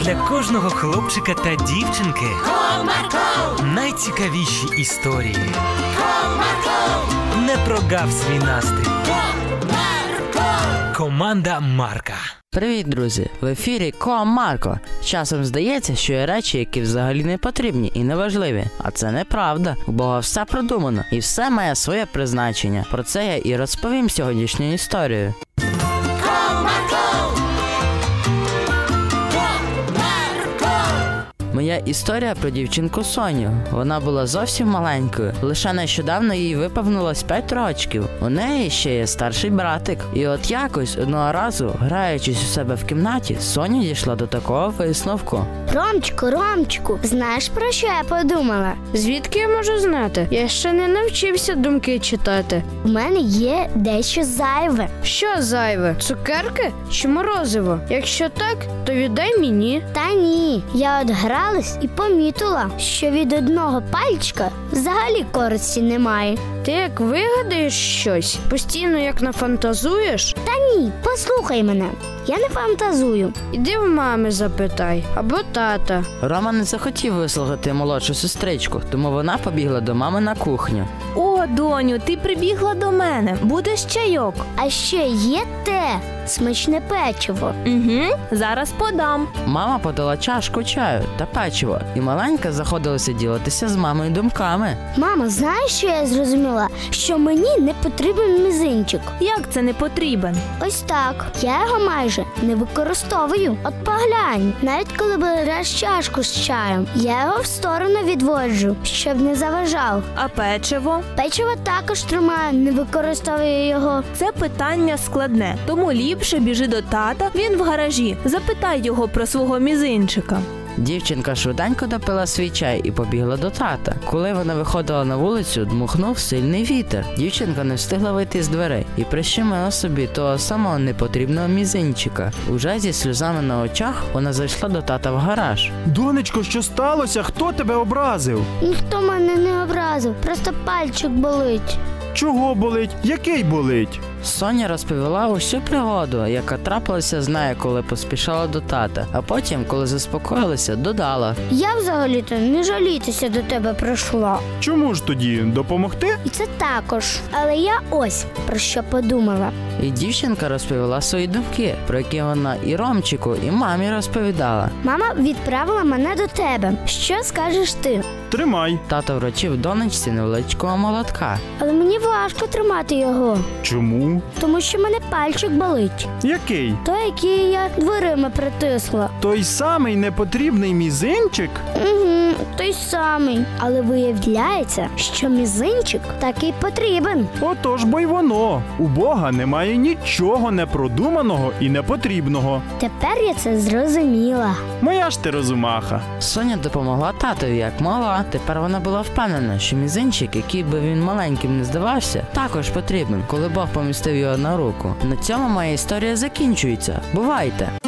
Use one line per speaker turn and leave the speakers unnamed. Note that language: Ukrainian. для кожного хлопчика та дівчинки
Comarco,
найцікавіші історії.
comarco,
Не прогав свій настрій.
comarco.
Команда Марка.
Привіт, друзі! В ефірі Ко Марко. Часом здається, що є речі, які взагалі не потрібні і неважливі. А це неправда. У Бога все продумано і все має своє призначення. Про це я і розповім сьогоднішню історію. Моя історія про дівчинку Соню. Вона була зовсім маленькою. Лише нещодавно їй виповнилось 5 рочків. У неї ще є старший братик. І от якось одного разу, граючись у себе в кімнаті, Соня дійшла до такого висновку.
Ромчику, Ромчику, знаєш про що я подумала?
Звідки я можу знати? Я ще не навчився думки читати.
У мене є дещо зайве.
Що зайве? Цукерки чи морозиво? Якщо так, то віддай мені.
Та ні, я от гралась і помітила, що від одного пальчика взагалі користі немає.
Ти як вигадаєш щось, постійно як нафантазуєш,
Та ні, послухай мене, я не фантазую.
іди в мами запитай або тата.
Рома не захотів вислухати молодшу сестричку, тому вона побігла до мами на кухню.
О, доню, ти прибігла до мене. Будеш чайок.
А ще є те смачне печиво.
Угу, зараз подам.
Мама подала чашку чаю та печиво, і маленька заходилася ділитися з мамою думками.
Мама, знаєш, що я зрозуміла? Що мені не потрібен мізинчик.
Як це не потрібен?
Ось так. Я його майже не використовую. От поглянь, навіть коли береш чашку з чаєм, я його в сторону відводжу, щоб не заважав.
А печиво?
Печиво також тримаю, не використовую його.
Це питання складне, тому ліпше біжи до тата. Він в гаражі. Запитай його про свого мізинчика.
Дівчинка швиденько допила свій чай і побігла до тата. Коли вона виходила на вулицю, дмухнув сильний вітер. Дівчинка не встигла вийти з дверей і прищемила собі того самого непотрібного мізинчика. Уже зі сльозами на очах вона зайшла до тата в гараж.
Донечко, що сталося? Хто тебе образив?
Ніхто мене не образив, просто пальчик болить.
Чого болить? Який болить?
Соня розповіла усю пригоду, яка трапилася з нею, коли поспішала до тата. А потім, коли заспокоїлася, додала.
Я взагалі-то не жалітися до тебе прийшла.
Чому ж тоді допомогти?
І це також. Але я ось про що подумала.
І дівчинка розповіла свої думки, про які вона і Ромчику, і мамі розповідала.
Мама відправила мене до тебе. Що скажеш ти?
Тримай.
Тато вручив донечці невеличкого молотка.
Але мені важко тримати його,
Чому?
тому що мене пальчик болить.
Який?
Той, який я дверима притисла.
Той самий непотрібний мізинчик?
Угу, той самий. Але виявляється, що мізинчик такий потрібен.
Отож бо й воно. У Бога немає нічого непродуманого і непотрібного.
Тепер я це зрозуміла.
Моя ж ти розумаха.
Соня допомогла татові як мала. Тепер вона була впевнена, що мізинчик, який би він маленьким не здавався, також потрібен, коли Бог помістив його на руку. На цьому моя історія закінчується. Бувайте!